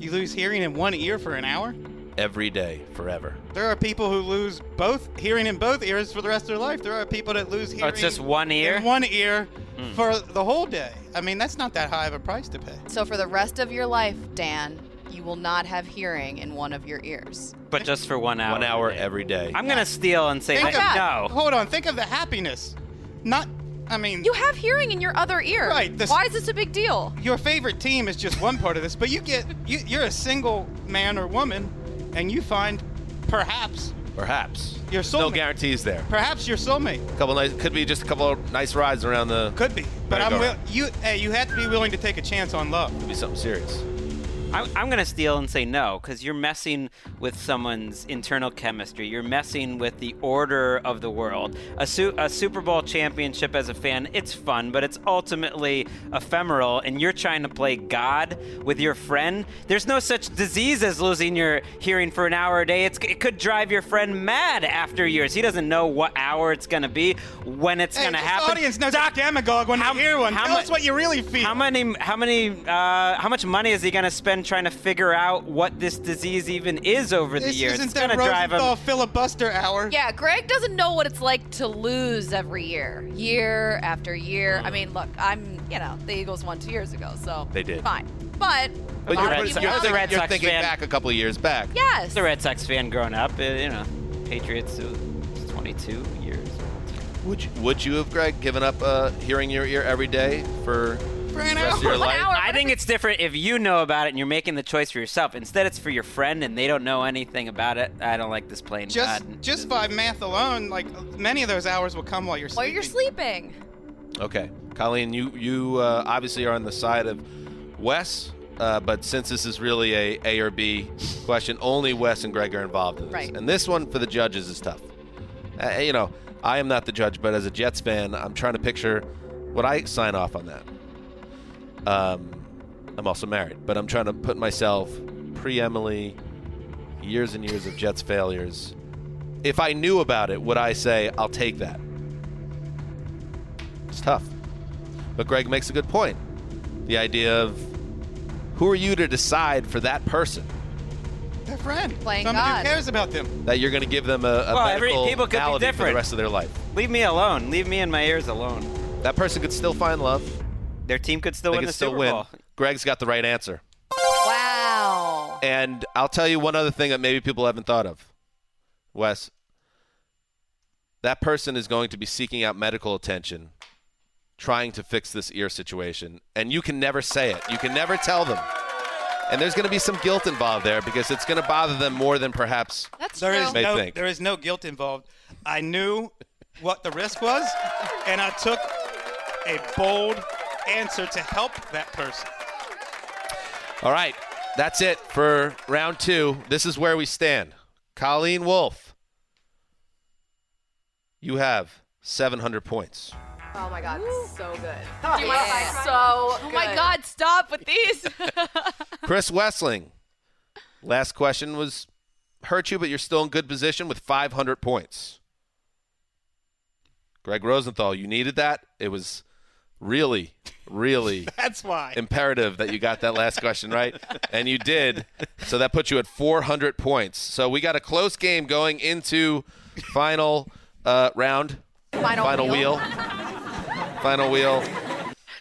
Speaker 2: You lose hearing in one ear for an hour.
Speaker 3: Every day, forever.
Speaker 2: There are people who lose both hearing in both ears for the rest of their life. There are people that lose hearing.
Speaker 4: Oh, it's just one ear? Hmm.
Speaker 2: in one ear for the whole day. I mean, that's not that high of a price to pay.
Speaker 5: So for the rest of your life, Dan, you will not have hearing in one of your ears.
Speaker 4: But just for one hour.
Speaker 3: One hour every day.
Speaker 4: I'm going to steal and say
Speaker 2: Think
Speaker 4: that-
Speaker 2: of,
Speaker 4: no.
Speaker 2: Hold on. Think of the happiness. Not. I mean,
Speaker 5: You have hearing in your other ear.
Speaker 2: Right, this-
Speaker 5: Why is this a big deal?
Speaker 2: your favorite team is just one part of this, but you get you, you're a single man or woman, and you find perhaps
Speaker 3: Perhaps.
Speaker 2: Your
Speaker 3: No
Speaker 2: soulmate.
Speaker 3: guarantees there.
Speaker 2: perhaps your soulmate
Speaker 3: Couple nice, could be just a couple of nice rides around the.
Speaker 2: could be.
Speaker 3: There
Speaker 2: But
Speaker 3: you
Speaker 2: I'm
Speaker 3: go.
Speaker 2: will, you hey you have to be willing to take a chance on love.
Speaker 3: Could be something serious.
Speaker 4: I'm, I'm going to steal and say no because you're messing with someone's internal chemistry. You're messing with the order of the world. A, su- a Super Bowl championship as a fan, it's fun, but it's ultimately ephemeral, and you're trying to play God with your friend. There's no such disease as losing your hearing for an hour a day. It's, it could drive your friend mad after years. He doesn't know what hour it's going to be, when it's
Speaker 2: Hey,
Speaker 4: going to
Speaker 2: this
Speaker 4: happen.
Speaker 2: audience knows
Speaker 4: Doc-
Speaker 2: a demagogue when
Speaker 4: how-
Speaker 2: they hear one.
Speaker 4: how
Speaker 2: Tell
Speaker 4: mu-
Speaker 2: us what you really feel.
Speaker 4: how many? How many? Uh, how much money is he going to spend trying to figure out what this disease even is over the
Speaker 2: this
Speaker 4: years?
Speaker 2: isn't
Speaker 4: It's
Speaker 2: that
Speaker 4: going to drive
Speaker 2: Rosenthal
Speaker 4: him.
Speaker 2: filibuster hour.
Speaker 5: Yeah, Greg doesn't know what it's like to lose every year, year after year. I mean, look, I'm, you know, the Eagles won two years ago, so
Speaker 3: They did.
Speaker 5: Fine, but
Speaker 3: But
Speaker 5: a lot
Speaker 3: you're,
Speaker 5: of
Speaker 4: Red
Speaker 3: pretty-
Speaker 5: people
Speaker 4: Sox-
Speaker 3: you're
Speaker 5: out
Speaker 4: the
Speaker 3: thinking,
Speaker 5: there-
Speaker 4: Red
Speaker 3: you're
Speaker 4: Sox
Speaker 3: thinking
Speaker 4: fan.
Speaker 3: back a couple of years back.
Speaker 5: Yes.
Speaker 4: As a Red Sox fan growing up, uh, you know, Patriots, uh, it's 22 years.
Speaker 3: Would you, would you have, Greg, given up uh, hearing your ear every day for
Speaker 2: For
Speaker 3: the rest
Speaker 2: an
Speaker 3: of
Speaker 2: hour. *laughs*
Speaker 3: your
Speaker 5: One
Speaker 3: life?
Speaker 5: hour.
Speaker 4: I think it's different if you know about it and you're making the choice for yourself. Instead, it's for your friend and they don't know anything about it. I don't like this plane.
Speaker 2: Just just by math alone, like many of those hours will come while you're
Speaker 5: While
Speaker 2: sleeping.
Speaker 5: you're sleeping.
Speaker 3: Okay, Colleen, you you uh, obviously are on the side of Wes, uh, but since this is really a A or B question, only Wes and Greg are involved in this.
Speaker 5: Right.
Speaker 3: And this one for the judges is tough. Uh, you know, I am not the judge, but as a Jets fan, I'm trying to picture would I sign off on that. Um, I'm also married, but I'm trying to put myself pre Emily, years and years of Jets failures. If I knew about it, would I say I'll take that? It's tough. But Greg makes a good point. The idea of who are you to decide for that person
Speaker 2: Their friend.
Speaker 5: Playing
Speaker 2: Somebody
Speaker 5: God.
Speaker 2: who cares about them.
Speaker 3: that you're going to give them a, a
Speaker 4: Well, every-
Speaker 3: medical
Speaker 4: people could be
Speaker 3: malady for the
Speaker 4: different.
Speaker 3: rest of their life?
Speaker 4: Leave me alone. Leave me and my ears alone.
Speaker 3: That person could still find love.
Speaker 4: Their team could still
Speaker 3: They
Speaker 4: win
Speaker 3: could
Speaker 4: the
Speaker 3: still
Speaker 4: Super
Speaker 3: win.
Speaker 4: Bowl. *laughs*
Speaker 3: Greg's got the right answer.
Speaker 5: Wow.
Speaker 3: And I'll tell you one other thing that maybe people haven't thought of, Wes. That person is going to be seeking out medical attention, trying to fix this ear situation. And you can never say it, you can never tell them. And there's going to be some guilt involved there because it's going to bother them more than perhaps.
Speaker 5: That's
Speaker 2: There is
Speaker 5: true.
Speaker 3: They
Speaker 2: no
Speaker 3: think.
Speaker 2: there is no guilt involved. I knew what the risk was, and I took a bold answer to help that person. *laughs*
Speaker 3: All right, that's it for round two. This is where we stand. Colleen Wolf, you have 700 points.
Speaker 8: Oh my god, so good.
Speaker 9: Do you want to
Speaker 8: Yeah. So
Speaker 9: high So, oh my
Speaker 8: good.
Speaker 9: God, stop with
Speaker 2: *laughs*
Speaker 9: these.
Speaker 3: Chris Wessling. Last question was hurt you, but you're still in good position with 500 points. Greg Rosenthal, you needed that. It was really, really
Speaker 2: That's why.
Speaker 3: imperative that you got that last question right, and you did. So that puts you at 400 points. So we got a close game going into final uh, round,
Speaker 5: Final wheel.
Speaker 3: final wheel.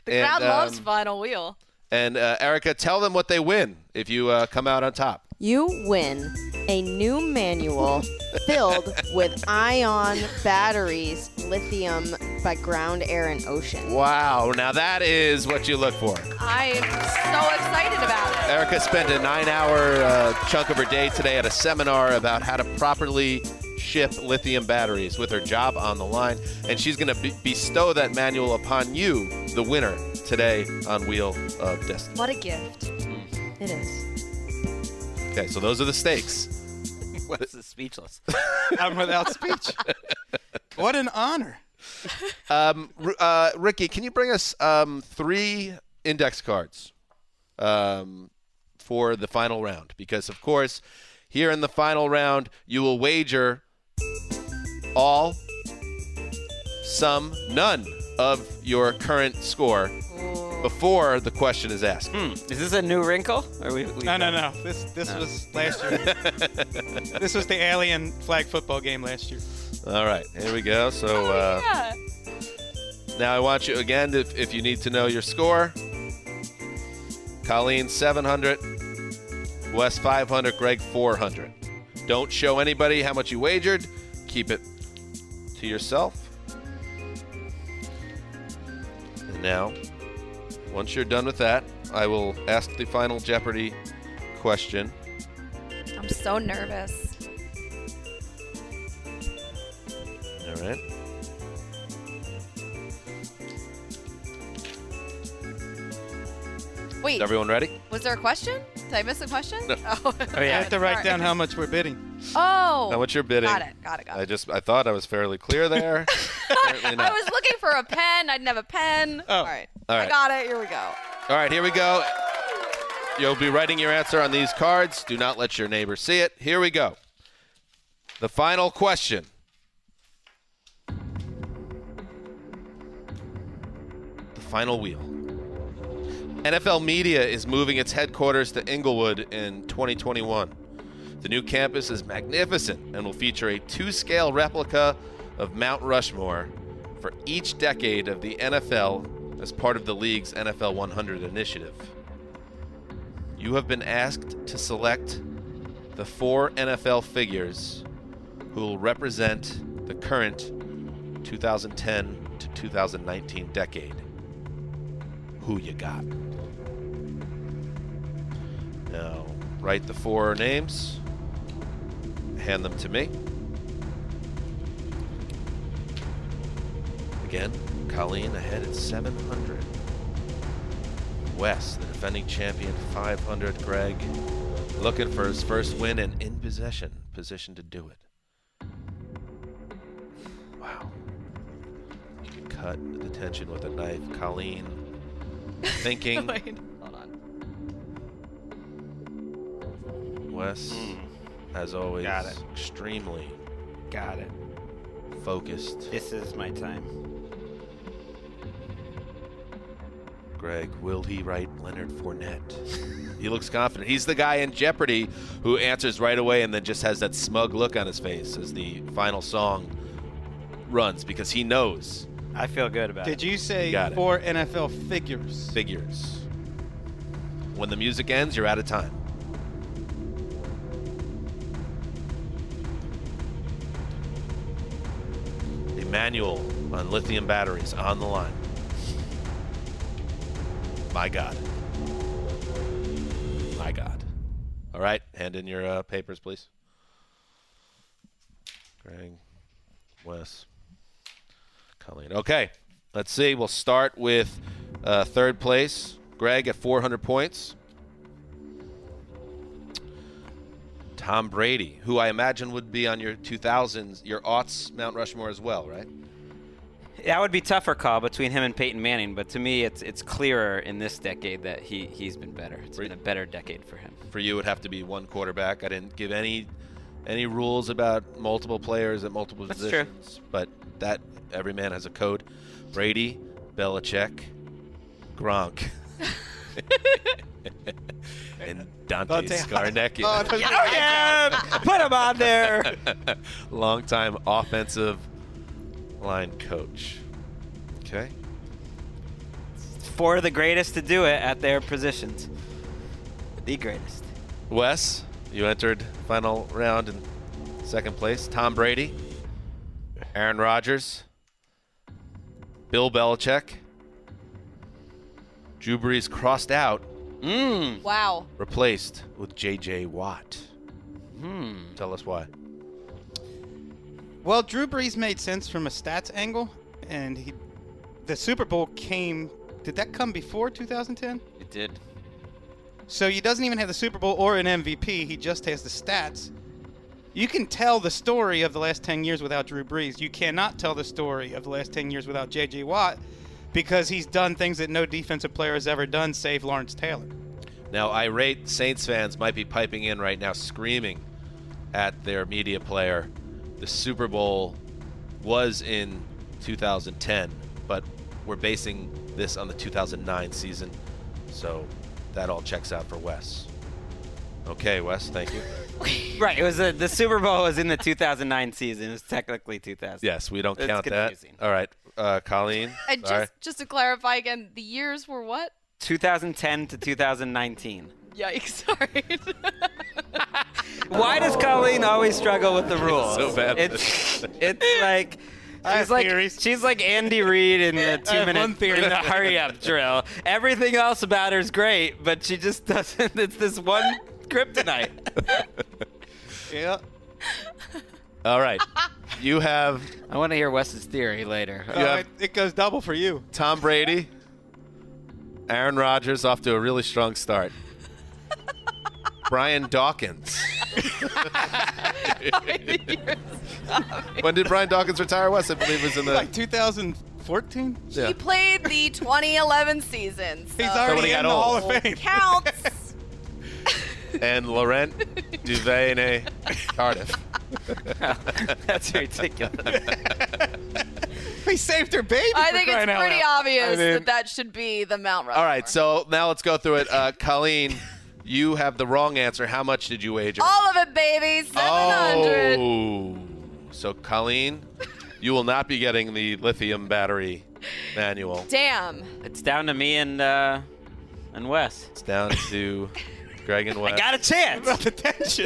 Speaker 5: The crowd
Speaker 3: um,
Speaker 5: loves Final Wheel.
Speaker 3: and uh, Erica, tell them what they win if you uh, come out on top.
Speaker 6: You win a new manual
Speaker 2: *laughs*
Speaker 6: filled with ion batteries, lithium by ground, air, and ocean.
Speaker 3: Wow, now that is what you look for.
Speaker 5: I'm so excited about it.
Speaker 3: Erica spent a nine hour uh, chunk of her day today at a seminar about how to properly ship lithium batteries with her job on the line. And she's going to be- bestow that manual upon you, the winner, today on Wheel of Destiny.
Speaker 5: What a gift.
Speaker 6: It is.
Speaker 3: Okay, so those are the stakes.
Speaker 4: Wes is speechless.
Speaker 2: I'm without
Speaker 3: *laughs*
Speaker 2: speech. What an honor.
Speaker 3: Um, R- uh, Ricky, can you bring us um, three index cards um, for the final round? Because, of course, here in the final round, you will wager all, some, none of your current score before the question is asked.
Speaker 4: Is this a new wrinkle? Or we, we
Speaker 2: No, no, no. This this
Speaker 4: No.
Speaker 2: was
Speaker 3: *laughs*
Speaker 2: last year. this was the alien flag football game last year.
Speaker 3: All right, here we go. So uh, now I want you again, if, if you need to know your score, Colleen 700, Wes 500, Greg 400. Don't show anybody how much you wagered. Keep it to yourself. And now, once you're done with that, I will ask the final Jeopardy question.
Speaker 5: I'm so nervous.
Speaker 3: All right.
Speaker 5: Wait,
Speaker 3: Is everyone ready?
Speaker 5: was there a question? Did I miss a question?
Speaker 3: No.
Speaker 5: Oh,
Speaker 3: yeah.
Speaker 2: I have to write down how much we're bidding.
Speaker 5: Oh.
Speaker 3: How much you're bidding?
Speaker 5: Got it, got it, got it.
Speaker 3: I just I thought I was fairly clear
Speaker 5: *laughs*
Speaker 3: there. Apparently
Speaker 5: I
Speaker 3: not.
Speaker 5: was looking for a pen. I didn't have a pen.
Speaker 2: Oh,
Speaker 5: All right.
Speaker 3: All right.
Speaker 5: I got it. Here we go.
Speaker 3: All right, here we go. You'll be writing your answer on these cards. Do not let your neighbor see it. Here we go. The final question. The final wheel. NFL Media is moving its headquarters to Inglewood in 2021. The new campus is magnificent and will feature a two scale replica of Mount Rushmore for each decade of the NFL as part of the league's NFL 100 initiative. You have been asked to select the four NFL figures who will represent the current 2010 to 2019 decade. Who you got? Now, write the four names, hand them to me. Again, Colleen ahead at 700. West, the defending champion, 500. Greg looking for his first win and in possession, position to do it. Wow. You can cut the tension with a knife.
Speaker 5: *laughs*
Speaker 3: Colleen thinking.
Speaker 5: Wait, hold on.
Speaker 3: Wes, as always,
Speaker 4: Hmm. Got it.
Speaker 3: extremely
Speaker 4: Got it.
Speaker 3: focused.
Speaker 4: This is my time.
Speaker 3: Greg, will he write Leonard Fournette? *laughs* he looks confident. He's the guy in Jeopardy who answers right away and then just has that smug look on his face as the final song runs because he knows
Speaker 4: I feel good about
Speaker 2: Did
Speaker 4: it.
Speaker 2: you say
Speaker 3: You got it.
Speaker 2: four NFL figures?
Speaker 3: figures. When the music ends, you're out of time. The manual on lithium batteries on the line. My God. My God. All right, hand in your uh, papers, please. Greg, Wes, Colleen. Okay, let's see. We'll start with uh, third place, Greg at 400 points. Tom Brady, who I imagine would be on your 2000s, your aughts Mount Rushmore as well, right?
Speaker 4: That would be tougher call between him and Peyton Manning, but to me, it's it's clearer in this decade that he he's been better. It's been a better decade for him.
Speaker 3: For you, it would have to be one quarterback. I didn't give any any rules about multiple players at multiple
Speaker 4: That's true.
Speaker 3: positions, but that every man has a code. Brady, Belichick,
Speaker 4: *laughs*
Speaker 3: Gronk, and Dante,
Speaker 4: Dante
Speaker 3: Scarnecchia.
Speaker 4: Oh, I thought you were- Oh, yeah! Put him on there.
Speaker 3: Longtime offensive line coach. Okay.
Speaker 4: Four of the greatest to do it at their positions. The greatest.
Speaker 3: Wes, you entered final round in second place. Tom Brady, Aaron Rodgers, Bill Belichick, Drew Brees crossed out, Hmm.
Speaker 5: Wow.
Speaker 3: replaced with J.J. Watt.
Speaker 4: Hmm.
Speaker 3: Tell us why.
Speaker 2: Well, Drew Brees made sense from a stats angle, and he, the Super Bowl came. Did that come before 2010?
Speaker 4: It did.
Speaker 2: So he doesn't even have the Super Bowl or an MVP. He just has the stats. You can tell the story of the last 10 years without Drew Brees. You cannot tell the story of the last 10 years without J.J. Watt because he's done things that no defensive player has ever done, save Lawrence Taylor.
Speaker 3: Now, irate Saints fans might be piping in right now, screaming at their media player. The Super Bowl was in 2010, but we're basing this on the 2009 season, so that all checks out for Wes. Okay, Wes, thank
Speaker 4: *laughs*
Speaker 3: you.
Speaker 4: Right. It was a, the Super Bowl was in the 2009 season. It was technically 2000.
Speaker 3: yes, we don't
Speaker 4: It's
Speaker 3: count that.
Speaker 4: confusing.
Speaker 3: All right, uh, Colleen.
Speaker 5: And just
Speaker 3: sorry.
Speaker 5: just to clarify again, the years were what?
Speaker 4: 2010 to 2019.
Speaker 5: Yikes! *laughs* Sorry.
Speaker 4: Why does Colleen always struggle with the
Speaker 3: *laughs*
Speaker 4: rules?
Speaker 3: so bad.
Speaker 4: It's,
Speaker 2: *laughs*
Speaker 4: it's like she's like she's like Andy Reid in the two
Speaker 2: have
Speaker 4: minute
Speaker 2: one theory.
Speaker 4: in the hurry
Speaker 2: *laughs*
Speaker 4: up drill. Everything else about her is great, but she just *laughs* doesn't. It's this one kryptonite.
Speaker 2: Yeah.
Speaker 3: *laughs* all right, you have
Speaker 4: I want to hear Wes's theory later.
Speaker 3: you have
Speaker 2: it, it goes double for you.
Speaker 3: Tom Brady, Aaron Rodgers off to a really strong start. Brian Dawkins. when did Brian Dawkins retire? Wes, I believe, was in the.
Speaker 2: Like 2014?
Speaker 3: yeah.
Speaker 5: He played the 2011 season. So
Speaker 2: He's already
Speaker 3: he got
Speaker 2: in the
Speaker 3: old.
Speaker 2: Hall of Fame.
Speaker 5: counts.
Speaker 3: And Laurent Duvernay Cardiff.
Speaker 4: *laughs* That's
Speaker 2: *laughs*
Speaker 4: ridiculous.
Speaker 2: *laughs* He saved her baby.
Speaker 5: I
Speaker 2: for
Speaker 5: think it's
Speaker 2: crying out
Speaker 5: pretty
Speaker 2: loud.
Speaker 5: obvious
Speaker 2: I mean-
Speaker 5: that that should be the Mount Rushmore.
Speaker 3: All right, so now let's go through it. Uh, Colleen, you have the wrong answer. How much did you wager?
Speaker 2: Oh,
Speaker 5: All of it, baby. 700.
Speaker 3: Oh. So, Colleen, you will not be getting the lithium battery manual.
Speaker 5: Damn.
Speaker 4: It's down to me and uh, and Wes.
Speaker 3: It's down to Greg and Wes.
Speaker 4: *laughs* I got a
Speaker 2: Oh. *laughs*
Speaker 4: chance.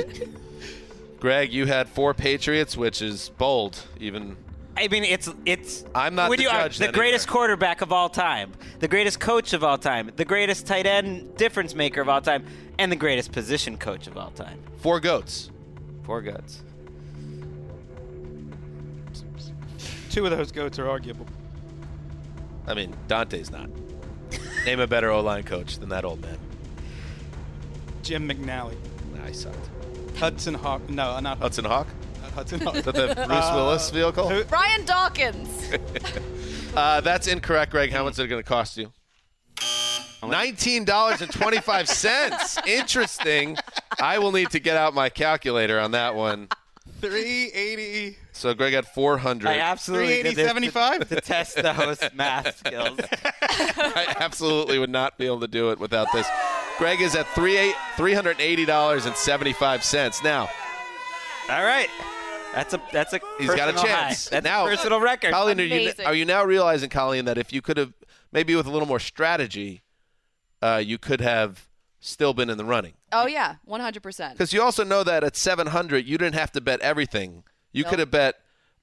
Speaker 3: Greg, you had four Patriots, which is bold. Even
Speaker 4: I mean, it's it's.
Speaker 3: I'm not
Speaker 4: when
Speaker 3: the
Speaker 4: you are
Speaker 3: judge
Speaker 4: the
Speaker 3: then
Speaker 4: greatest
Speaker 3: either.
Speaker 4: quarterback of all time, the greatest coach of all time, the greatest tight end difference maker of all time, and the greatest position coach of all time.
Speaker 3: four goats.
Speaker 4: Four goats.
Speaker 2: Two of those goats are arguable.
Speaker 3: I mean, Dante's
Speaker 4: *laughs*
Speaker 3: not. Name a better O line coach than that old man.
Speaker 2: Jim McNally.
Speaker 3: Nah, he sucked.
Speaker 2: Hudson Hawk. No, uh, not Hudson.
Speaker 3: Hudson Hawk?
Speaker 2: Not Hudson Hawk.
Speaker 3: Is *laughs* that
Speaker 4: *laughs*
Speaker 3: the
Speaker 4: Uh,
Speaker 3: Bruce Willis vehicle?
Speaker 2: who-
Speaker 5: Brian Dawkins.
Speaker 3: Uh, that's incorrect, Greg. How much is it going to cost you?
Speaker 4: *laughs*
Speaker 3: $19.25. Interesting. I will need to get out my calculator on that one.
Speaker 2: 380.
Speaker 3: So Greg had 400.
Speaker 4: I absolutely did this to,
Speaker 2: 380.75?
Speaker 4: to test
Speaker 3: *laughs*
Speaker 4: the host math skills.
Speaker 3: I absolutely would not be able to do it without this. Greg is at three eight three hundred eighty dollars and seventy five cents. Now
Speaker 4: All right, that's a that's a
Speaker 3: he's got a
Speaker 4: personal high.
Speaker 3: chance.
Speaker 4: That's
Speaker 3: now,
Speaker 4: a personal record.
Speaker 3: Colleen, are you,
Speaker 5: Amazing.
Speaker 3: are you now realizing, Colleen, that if you could have maybe with a little more strategy, uh, you could have still been in the running?
Speaker 5: Oh yeah, 100%.
Speaker 3: Because you also know that at seven hundred, you didn't have to bet everything. You could have bet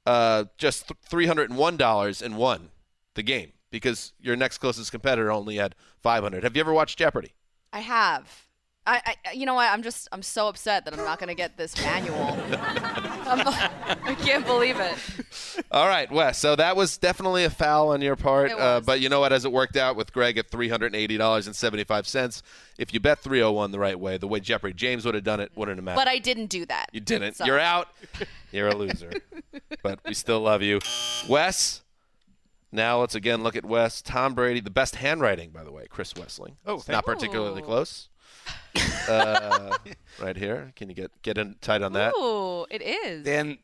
Speaker 3: uh, just three hundred and one dollars and won the game because your next closest competitor only had five hundred. Have you ever watched Jeopardy?
Speaker 5: I have. I, I, you know what? I'm just, I'm so upset that I'm not gonna get this manual. I'm, I can't believe it.
Speaker 3: All right, Wes. So that was definitely a foul on your part,
Speaker 5: It
Speaker 3: uh,
Speaker 5: was.
Speaker 3: but you know what? As it worked out with Greg at three hundred and eighty dollars and seventy-five cents, if you bet three hundred one the right way, the way Jeopardy James would have done it, wouldn't have mattered.
Speaker 5: But I didn't do that.
Speaker 3: you didn't.
Speaker 5: So- *laughs*
Speaker 3: You're out. You're a loser. but we still love you, Wes. Now let's again look at Wes. Tom Brady, the best handwriting, by the way, Chris Wessling.
Speaker 2: Oh,
Speaker 3: It's
Speaker 2: thank
Speaker 3: not
Speaker 2: you.
Speaker 3: particularly
Speaker 5: *laughs*
Speaker 3: close. uh, right here. Can you get get in tight on that?
Speaker 5: Ooh, it is.
Speaker 3: Then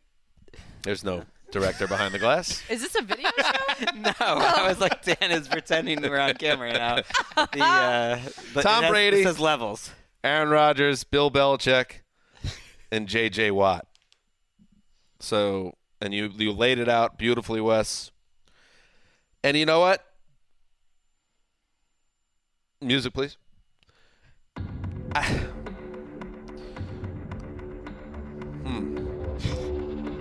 Speaker 3: there's no director behind the glass.
Speaker 5: Is this a video show?
Speaker 4: *laughs* no, I was like, Dan is pretending we're on camera now. The, uh, but
Speaker 3: Tom
Speaker 4: it has-
Speaker 3: Brady.
Speaker 4: It says levels.
Speaker 3: Aaron Rodgers, Bill Belichick, and J.J. Watt. So, and you you laid it out beautifully, Wes. And you know what? Music, please. I- Hmm.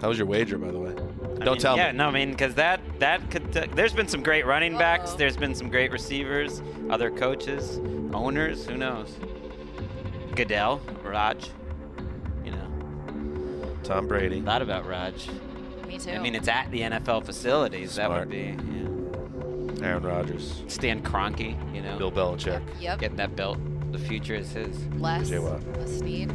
Speaker 3: How was your wager, by the way? Don't
Speaker 4: I mean,
Speaker 3: tell
Speaker 4: yeah,
Speaker 3: me.
Speaker 4: no, I mean, because that that could. there's been some great running backs. There's been some great receivers, other coaches, owners. Who knows? Goodell, Raj. You know,
Speaker 3: Tom Brady.
Speaker 4: a lot about Raj.
Speaker 5: Me too.
Speaker 4: I mean, it's at the NFL facilities. That would be yeah.
Speaker 3: Aaron Rodgers,
Speaker 4: Stan Kroenke. You know,
Speaker 3: Bill Belichick,
Speaker 5: Yep.
Speaker 4: getting that belt. The future is his.
Speaker 5: Less.
Speaker 3: J.J. Watt.
Speaker 5: Less need.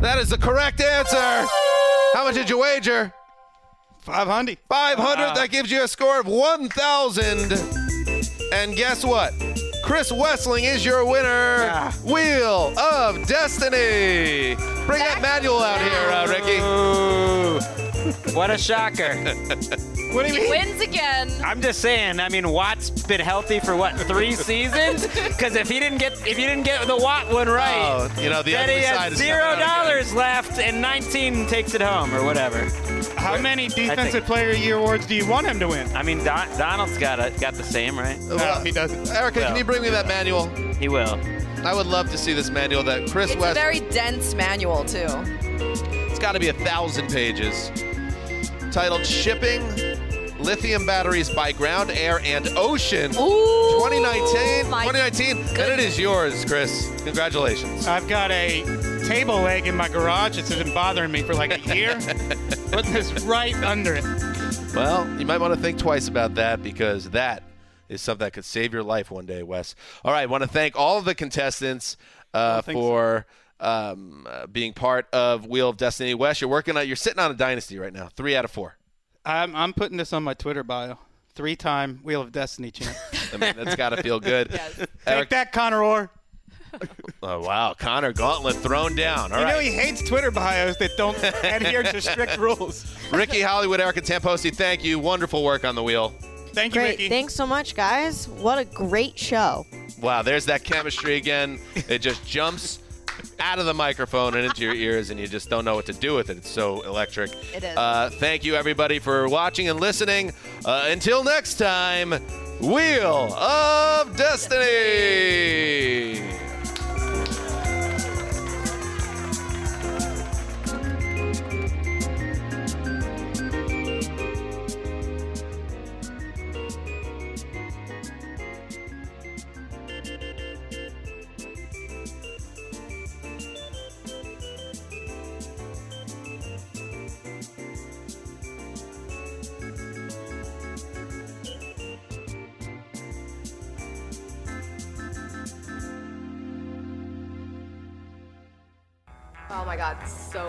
Speaker 3: That is the correct answer. How much did you wager?
Speaker 2: Five hundred.
Speaker 3: 500. That gives you a score of 1,000. And guess what? Chris Wessling is your winner. Wheel of Destiny. Bring that manual out here, uh, Ricky.
Speaker 4: What
Speaker 3: *laughs*
Speaker 4: a shocker!
Speaker 2: What do you
Speaker 5: He
Speaker 2: mean?
Speaker 5: wins again.
Speaker 4: I'm just saying. I mean, Watt's been healthy for what three
Speaker 3: *laughs*
Speaker 4: seasons? Because if he didn't get if he didn't get the Watt one right,
Speaker 3: Oh, you know, the
Speaker 4: Then
Speaker 3: ugly
Speaker 4: he
Speaker 3: side
Speaker 4: has
Speaker 3: is
Speaker 4: zero
Speaker 3: coming out again.
Speaker 4: dollars left, and 19 takes it home or whatever.
Speaker 2: How many defensive player of the year awards do you want him to win?
Speaker 4: I mean, Don- Donald's got it, got the same, right?
Speaker 3: Well,
Speaker 2: he doesn't.
Speaker 3: Erica, can
Speaker 4: Well.
Speaker 3: you bring me that manual?
Speaker 4: He will.
Speaker 3: I would love to see this manual that Chris
Speaker 5: It's a
Speaker 3: Wessling.
Speaker 5: very dense manual too.
Speaker 3: It's got to be a thousand pages. Titled Shipping Lithium Batteries by Ground, Air, and Ocean.
Speaker 5: Ooh.
Speaker 3: 2019.
Speaker 5: my
Speaker 3: 2019. And it is yours, Chris. Congratulations.
Speaker 2: I've got a table leg in my garage. It's been bothering me for like a
Speaker 3: *laughs*
Speaker 2: year. Put this right under it.
Speaker 3: Well, you might want to think twice about that because that is something that could save your life one day, Wes. All right, want to thank all of the contestants
Speaker 2: Oh,
Speaker 3: uh, for um, uh, being part of Wheel of Destiny. Wes, you're working on, you're sitting on a dynasty right now. Three out of four.
Speaker 2: I'm, I'm putting this on my Twitter bio. Three-time Wheel of Destiny
Speaker 3: *laughs*
Speaker 2: champ.
Speaker 3: I mean, that's got to feel
Speaker 2: *laughs*
Speaker 3: good. yes.
Speaker 2: Take that, Connor Orr.
Speaker 3: Oh, wow. Connor Gauntlet thrown down. All
Speaker 2: You
Speaker 3: right.
Speaker 2: know he hates Twitter bios that
Speaker 3: *laughs*
Speaker 2: don't adhere to strict rules.
Speaker 3: Ricky Hollywood, Erica Tamposi, thank you. Wonderful work on the wheel.
Speaker 2: Thank you,
Speaker 6: Great.
Speaker 2: Ricky.
Speaker 6: Thanks so much, guys. What a great show.
Speaker 3: Wow, there's that chemistry again. It just jumps out of the microphone and into your ears, and you just don't know what to do with it. It's so electric.
Speaker 5: It is.
Speaker 3: Uh, thank you, everybody, for watching and listening. Uh, until next time, Wheel of Destiny.
Speaker 9: Oh my god, so